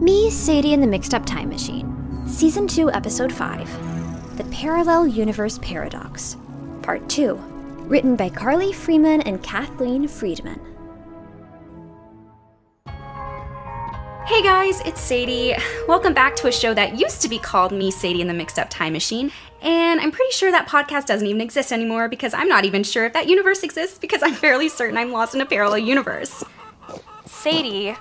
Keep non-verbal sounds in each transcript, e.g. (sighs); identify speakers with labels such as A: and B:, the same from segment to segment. A: Me, Sadie, and the Mixed Up Time Machine. Season 2, Episode 5 The Parallel Universe Paradox. Part 2. Written by Carly Freeman and Kathleen Friedman.
B: Hey guys, it's Sadie. Welcome back to a show that used to be called Me, Sadie, and the Mixed Up Time Machine. And I'm pretty sure that podcast doesn't even exist anymore because I'm not even sure if that universe exists because I'm fairly certain I'm lost in a parallel universe.
C: Sadie,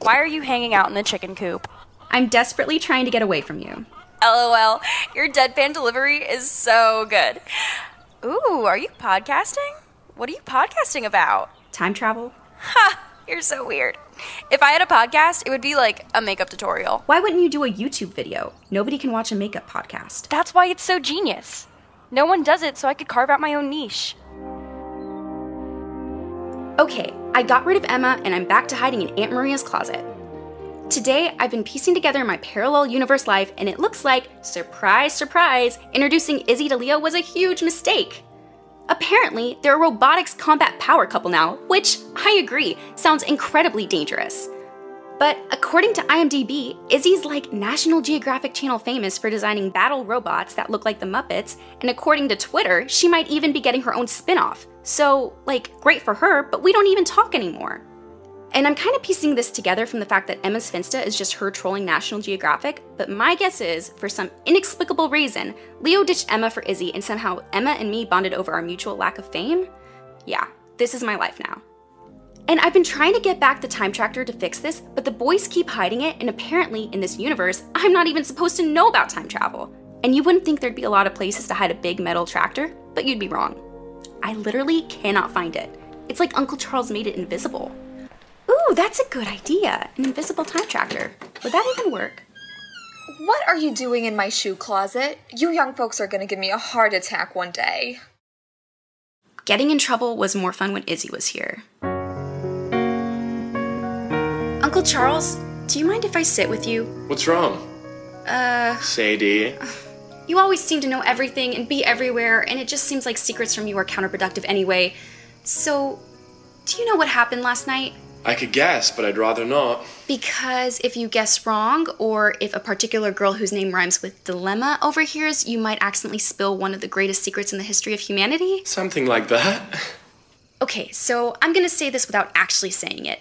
C: why are you hanging out in the chicken coop?
B: I'm desperately trying to get away from you.
C: LOL, your deadpan delivery is so good. Ooh, are you podcasting? What are you podcasting about?
B: Time travel?
C: Ha! You're so weird. If I had a podcast, it would be like a makeup tutorial.
B: Why wouldn't you do a YouTube video? Nobody can watch a makeup podcast.
C: That's why it's so genius. No one does it, so I could carve out my own niche.
B: Okay, I got rid of Emma and I'm back to hiding in Aunt Maria's closet. Today, I've been piecing together my parallel universe life, and it looks like, surprise, surprise, introducing Izzy to Leo was a huge mistake. Apparently, they're a robotics combat power couple now, which, I agree, sounds incredibly dangerous. But according to IMDb, Izzy's like National Geographic Channel famous for designing battle robots that look like the Muppets, and according to Twitter, she might even be getting her own spin off. So, like, great for her, but we don't even talk anymore. And I'm kind of piecing this together from the fact that Emma's Finsta is just her trolling National Geographic, but my guess is, for some inexplicable reason, Leo ditched Emma for Izzy and somehow Emma and me bonded over our mutual lack of fame? Yeah, this is my life now. And I've been trying to get back the time tractor to fix this, but the boys keep hiding it, and apparently, in this universe, I'm not even supposed to know about time travel. And you wouldn't think there'd be a lot of places to hide a big metal tractor, but you'd be wrong. I literally cannot find it. It's like Uncle Charles made it invisible. Ooh, that's a good idea. An invisible time tractor. Would that even work?
D: What are you doing in my shoe closet? You young folks are gonna give me a heart attack one day.
B: Getting in trouble was more fun when Izzy was here. Uncle Charles, do you mind if I sit with you?
E: What's wrong?
B: Uh,
E: Sadie.
B: you always seem to know everything and be everywhere, and it just seems like secrets from you are counterproductive anyway. So, do you know what happened last night?
E: I could guess, but I'd rather not.
B: Because if you guess wrong, or if a particular girl whose name rhymes with dilemma overhears, you might accidentally spill one of the greatest secrets in the history of humanity.
E: Something like that.
B: Okay, so I'm gonna say this without actually saying it.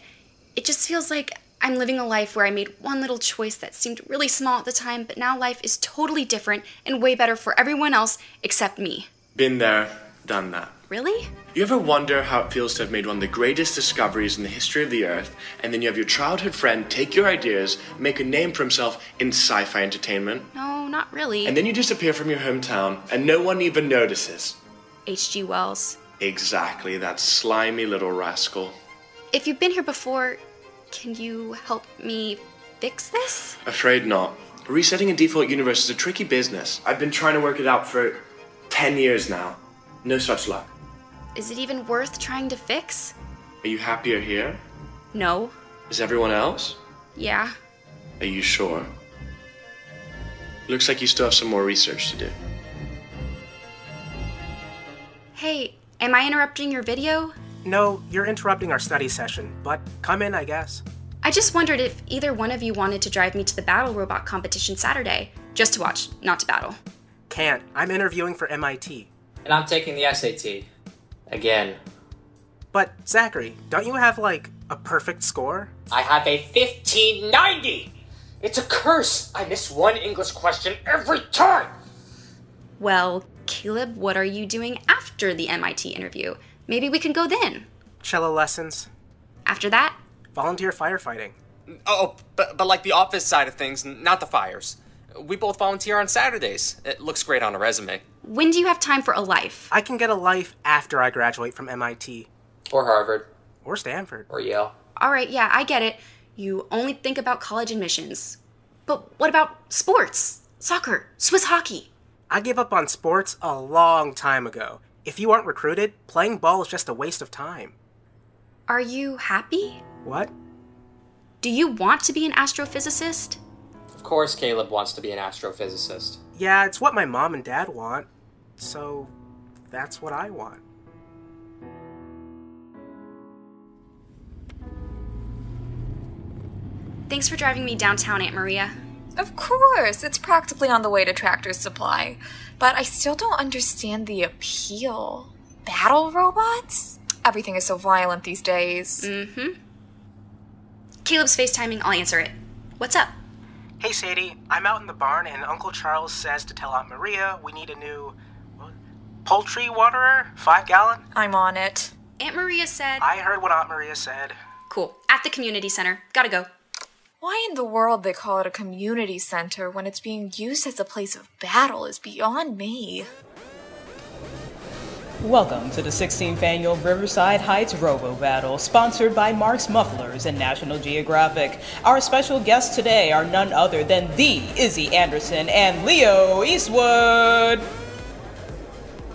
B: It just feels like I'm living a life where I made one little choice that seemed really small at the time, but now life is totally different and way better for everyone else except me.
E: Been there, done that.
B: Really?
E: You ever wonder how it feels to have made one of the greatest discoveries in the history of the Earth, and then you have your childhood friend take your ideas, make a name for himself in sci fi entertainment,
B: No, not really.
E: and then you disappear from your hometown, and no one even notices?
B: H.G. Wells.
E: Exactly, that slimy little rascal.
B: If you've been here before, can you help me fix this?
E: Afraid not. Resetting a default universe is a tricky business. I've been trying to work it out for 10 years now. No such luck.
B: Is it even worth trying to fix?
E: Are you happier here?
B: No.
E: Is everyone else?
B: Yeah.
E: Are you sure? Looks like you still have some more research to do.
B: Hey, am I interrupting your video?
F: No, you're interrupting our study session, but come in, I guess.
B: I just wondered if either one of you wanted to drive me to the battle robot competition Saturday. Just to watch, not to battle.
F: Can't. I'm interviewing for MIT.
G: And I'm taking the SAT. Again.
F: But, Zachary, don't you have, like, a perfect score?
G: I have a 1590! It's a curse! I miss one English question every time!
B: Well, Caleb, what are you doing after the MIT interview? Maybe we can go then.
F: Cello lessons?
B: After that,
F: Volunteer firefighting?
H: Oh, but, but like the office side of things, n- not the fires. We both volunteer on Saturdays. It looks great on a resume.
B: when do you have time for a life?
F: I can get a life after I graduate from MIT.
G: Or Harvard.
F: Or Stanford.
G: Or Yale.
B: All right, yeah, I get it. You only think about college admissions. But what about sports? Soccer, Swiss hockey.
F: I gave up on sports a long time ago. If you aren't recruited, playing ball is just a waste of time.
B: Are you happy?
F: What?
B: Do you want to be an astrophysicist?
G: Of course, Caleb wants to be an astrophysicist.
F: Yeah, it's what my mom and dad want. So, that's what I want.
B: Thanks for driving me downtown, Aunt Maria.
D: Of course, it's practically on the way to Tractor Supply. But I still don't understand the appeal. Battle robots? Everything is so violent these days.
B: Caleb's FaceTiming, I'll answer it. What's up?
F: Hey, Sadie, I'm out in the barn, and Uncle Charles says to tell Aunt Maria we need a new what, poultry waterer, five gallon.
D: I'm on it.
B: Aunt Maria said,
F: I heard what Aunt Maria said.
B: Cool. At the community center. Gotta go.
D: Why in the world they call it a community center when it's being used as a place of battle is beyond me.
I: Welcome to the 16th annual Riverside Heights Robo Battle, sponsored by Mark's Mufflers and National Geographic. Our special guests today are none other than the Izzy Anderson and Leo Eastwood.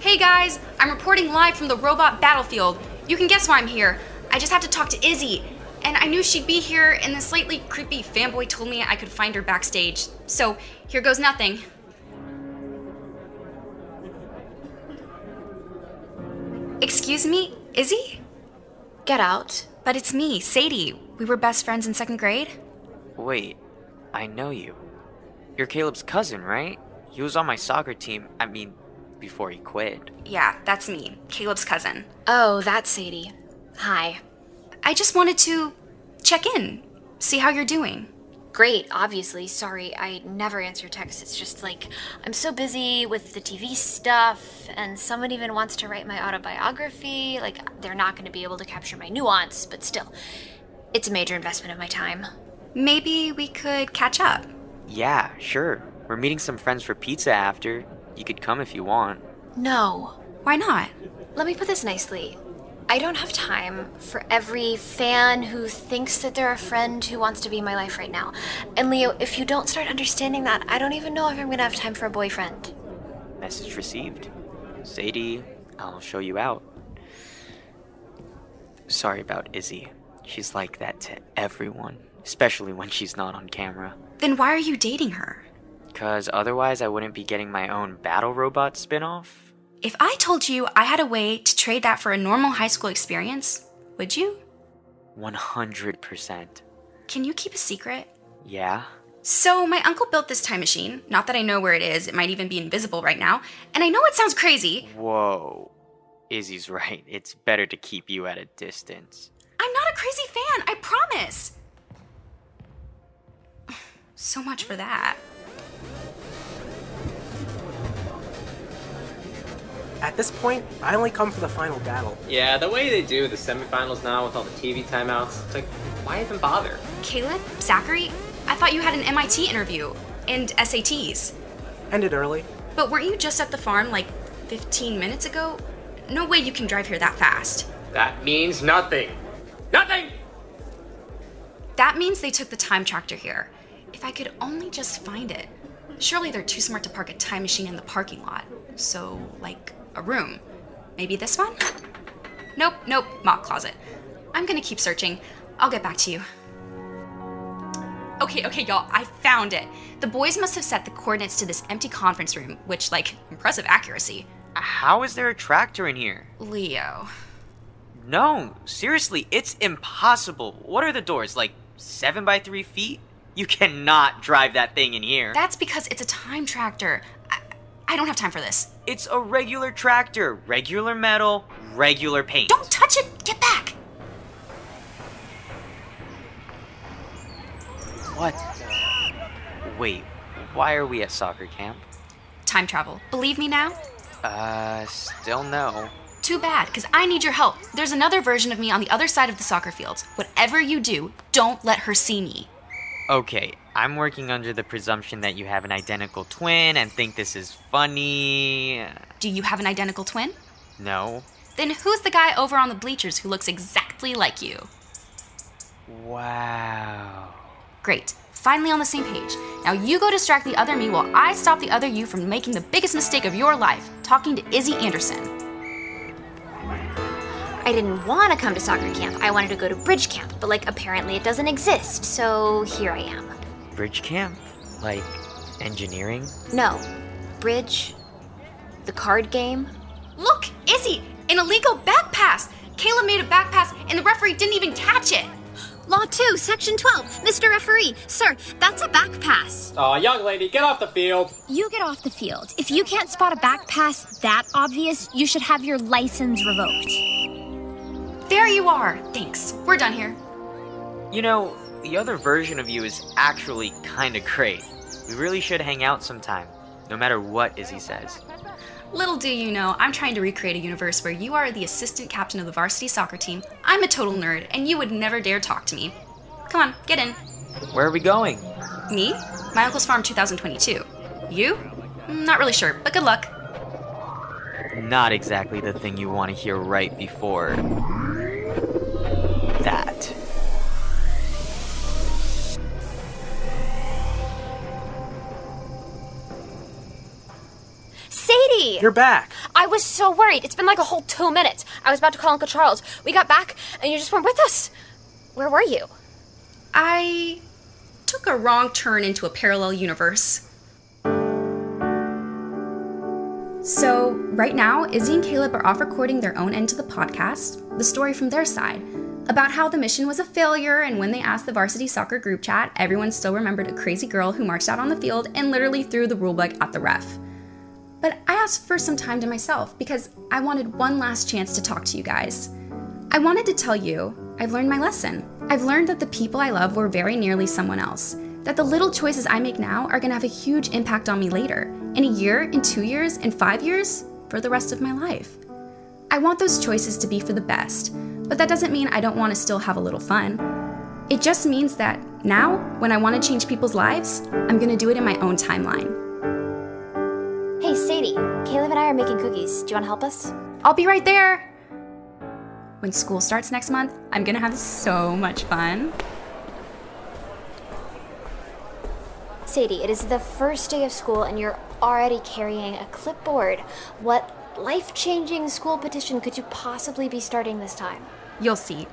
B: Hey guys, I'm reporting live from the robot battlefield. You can guess why I'm here. I just have to talk to Izzy. And I knew she'd be here, and this lately creepy fanboy told me I could find her backstage. So here goes nothing. Excuse me, Izzy? Get out. But it's me, Sadie. We were best friends in second grade.
J: Wait, I know you. You're Caleb's cousin, right? He was on my soccer team, I mean, before he quit.
B: Yeah, that's me, Caleb's cousin.
A: Oh, that's Sadie. Hi.
B: I just wanted to check in, see how you're doing.
A: Great, obviously. Sorry, I never answer texts. It's just like I'm so busy with the TV stuff, and someone even wants to write my autobiography. Like, they're not going to be able to capture my nuance, but still, it's a major investment of my time.
B: Maybe we could catch up.
J: Yeah, sure. We're meeting some friends for pizza after. You could come if you want.
A: No.
B: Why not?
A: Let me put this nicely. I don't have time for every fan who thinks that they're a friend who wants to be in my life right now. And Leo, if you don't start understanding that, I don't even know if I'm gonna have time for a boyfriend.
J: Message received. Sadie, I'll show you out. Sorry about Izzy. She's like that to everyone, especially when she's not on camera.
B: Then why are you dating her?
J: Cause otherwise I wouldn't be getting my own battle robot spin-off.
B: If I told you I had a way to trade that for a normal high school experience, would you?
J: 100%.
B: Can you keep a secret?
J: Yeah?
B: So, my uncle built this time machine. Not that I know where it is, it might even be invisible right now. And I know it sounds crazy.
J: Whoa. Izzy's right. It's better to keep you at a distance.
B: I'm not a crazy fan, I promise. (sighs) So much for that.
F: At this point, I only come for the final battle.
K: Yeah, the way they do the semifinals now with all the TV timeouts, it's like, why even bother?
B: Caleb? Zachary? I thought you had an MIT interview and SATs.
F: Ended early.
B: But weren't you just at the farm like 15 minutes ago? No way you can drive here that fast.
G: That means nothing. Nothing!
B: That means they took the time tractor here. If I could only just find it. Surely they're too smart to park a time machine in the parking lot. So, like, a room. Maybe this one? Nope, nope, mock closet. I'm gonna keep searching. I'll get back to you. Okay, okay, y'all, I found it. The boys must have set the coordinates to this empty conference room, which, like, impressive accuracy.
J: How is there a tractor in here?
B: Leo.
J: No, seriously, it's impossible. What are the doors? Like seven by three feet? You cannot drive that thing in here.
B: That's because it's a time tractor. I, I don't have time for this.
J: it's a regular tractor, regular metal, regular paint.
B: Don't touch it! Get back!
J: What? the- Wait, why are we at soccer camp?
B: Time travel. Believe me now?
J: Uh, still no.
B: Too bad, because I need your help. There's another version of me on the other side of the soccer fields. Whatever you do, don't let her see me.
J: Okay, I'm working under the presumption that you have an identical twin and think this is funny.
B: Do you have an identical twin?
J: No.
B: Then who's the guy over on the bleachers who looks exactly like you?
J: Wow.
B: Great. Finally on the same page. Now you go distract the other me while I stop the other you from making the biggest mistake of your life talking to Izzy Anderson.
A: I didn't want to come to soccer camp. I wanted to go to bridge camp, but like apparently it doesn't exist, so here I am.
J: Bridge camp? Like engineering?
A: No. Bridge? The card game?
B: Look, Izzy! An illegal back pass! Caleb made a back pass and the referee didn't even catch it!
L: Law 2, Section 12. Mr. Referee, sir, that's a back pass.
K: Aw, young lady, get off the field.
L: You get off the field. If you can't spot a back pass that obvious, you should have your license revoked.
B: There you are. Thanks. We're done here.
J: You know, the other version of you is actually kinda great. We really should hang out sometime, no matter what Izzy says.
B: Little do you know, I'm trying to recreate a universe where you are the assistant captain of the varsity soccer team, I'm a total nerd, and you would never dare talk to me. Come on, get in.
J: Where are we going?
B: Me? My Uncle's Farm 2022. You? Mm, Not really sure, but good luck.
J: Not exactly the thing you want to hear right before. That.
L: Sadie!
M: You're back.
L: I was so worried. It's been like a whole two minutes. I was about to call Uncle Charles. We got back, and you just weren't with us. Where were you?
B: I took a wrong turn into a parallel universe. So, right now, Izzy and Caleb are off recording their own end to the podcast, the story from their side, about how the mission was a failure, and when they asked the varsity soccer group chat, everyone still remembered a crazy girl who marched out on the field and literally threw the rulebook at the ref. But I asked for some time to myself because I wanted one last chance to talk to you guys. I wanted to tell you I've learned my lesson. I've learned that the people I love were very nearly someone else, that the little choices I make now are gonna have a huge impact on me later, in a year, in two years, in five years, for the rest of my life. I want those choices to be for the best, but that doesn't mean I don't wanna still have a little fun. It just means that now, when I wanna change people's lives, I'm gonna do it in my own timeline.
A: Hey, Sadie, Caleb and I are making cookies. Do you want to help us?
B: I'll be right there. When school starts next month, I'm gonna have so much fun.
A: Sadie, it is the first day of school and you're already carrying a clipboard. What life changing school petition could you possibly be starting this time?
B: You'll see.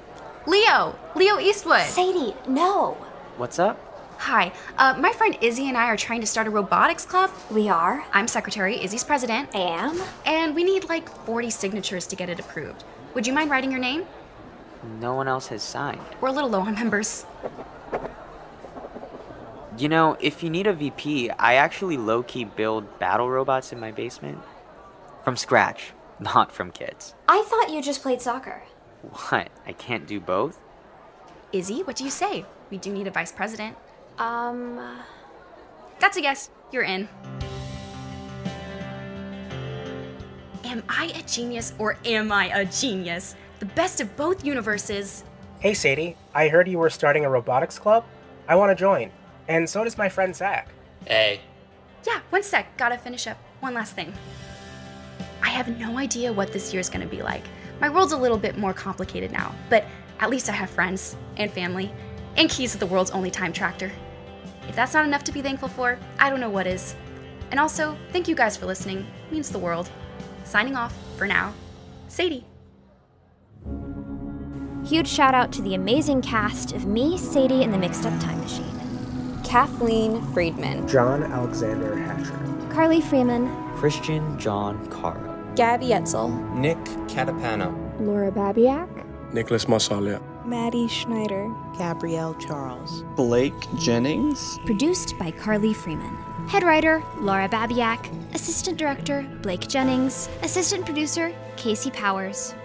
B: Leo! Leo Eastwood!
A: Sadie, no!
J: What's up?
B: Hi, uh, my friend Izzy and I are trying to start a robotics club.
A: We are.
B: I'm secretary, Izzy's president.
A: I am.
B: And we need like 40 signatures to get it approved. Would you mind writing your name?
J: No one else has signed.
B: We're a little low on members.
J: You know, if you need a VP, I actually low key build battle robots in my basement. From scratch, not from kids.
A: I thought you just played soccer.
J: What? I can't do both?
B: Izzy, what do you say? We do need a vice president.
A: Um.
B: That's a guess. You're in. Am I a genius or am I a genius? The best of both universes.
N: Hey, Sadie, I heard you were starting a robotics club. I want to join, and so does my friend Zach.
K: Hey.
B: Yeah, one sec. Gotta finish up. One last thing. I have no idea what this year's gonna be like. My world's a little bit more complicated now, but at least I have friends and family and keys to the world's only time tractor. If that's not enough to be thankful for, I don't know what is. And also, thank you guys for listening. means the world. Signing off for now. Sadie.
A: Huge shout out to the amazing cast of me, Sadie, and the Mixed Up Time Machine Kathleen Friedman,
K: John Alexander Hatcher.
A: Carly Freeman,
J: Christian John Caro.
O: Gabby Etzel,
K: Nick Catapano.
O: Laura Babiak,
E: Nicholas Masalia.
O: Maddie Schneider, Gabrielle Charles.
P: Blake Jennings.
A: produced by Carly Freeman. Head writer, Laura Babiak. Assistant director, Blake Jennings. Assistant producer, Casey Powers.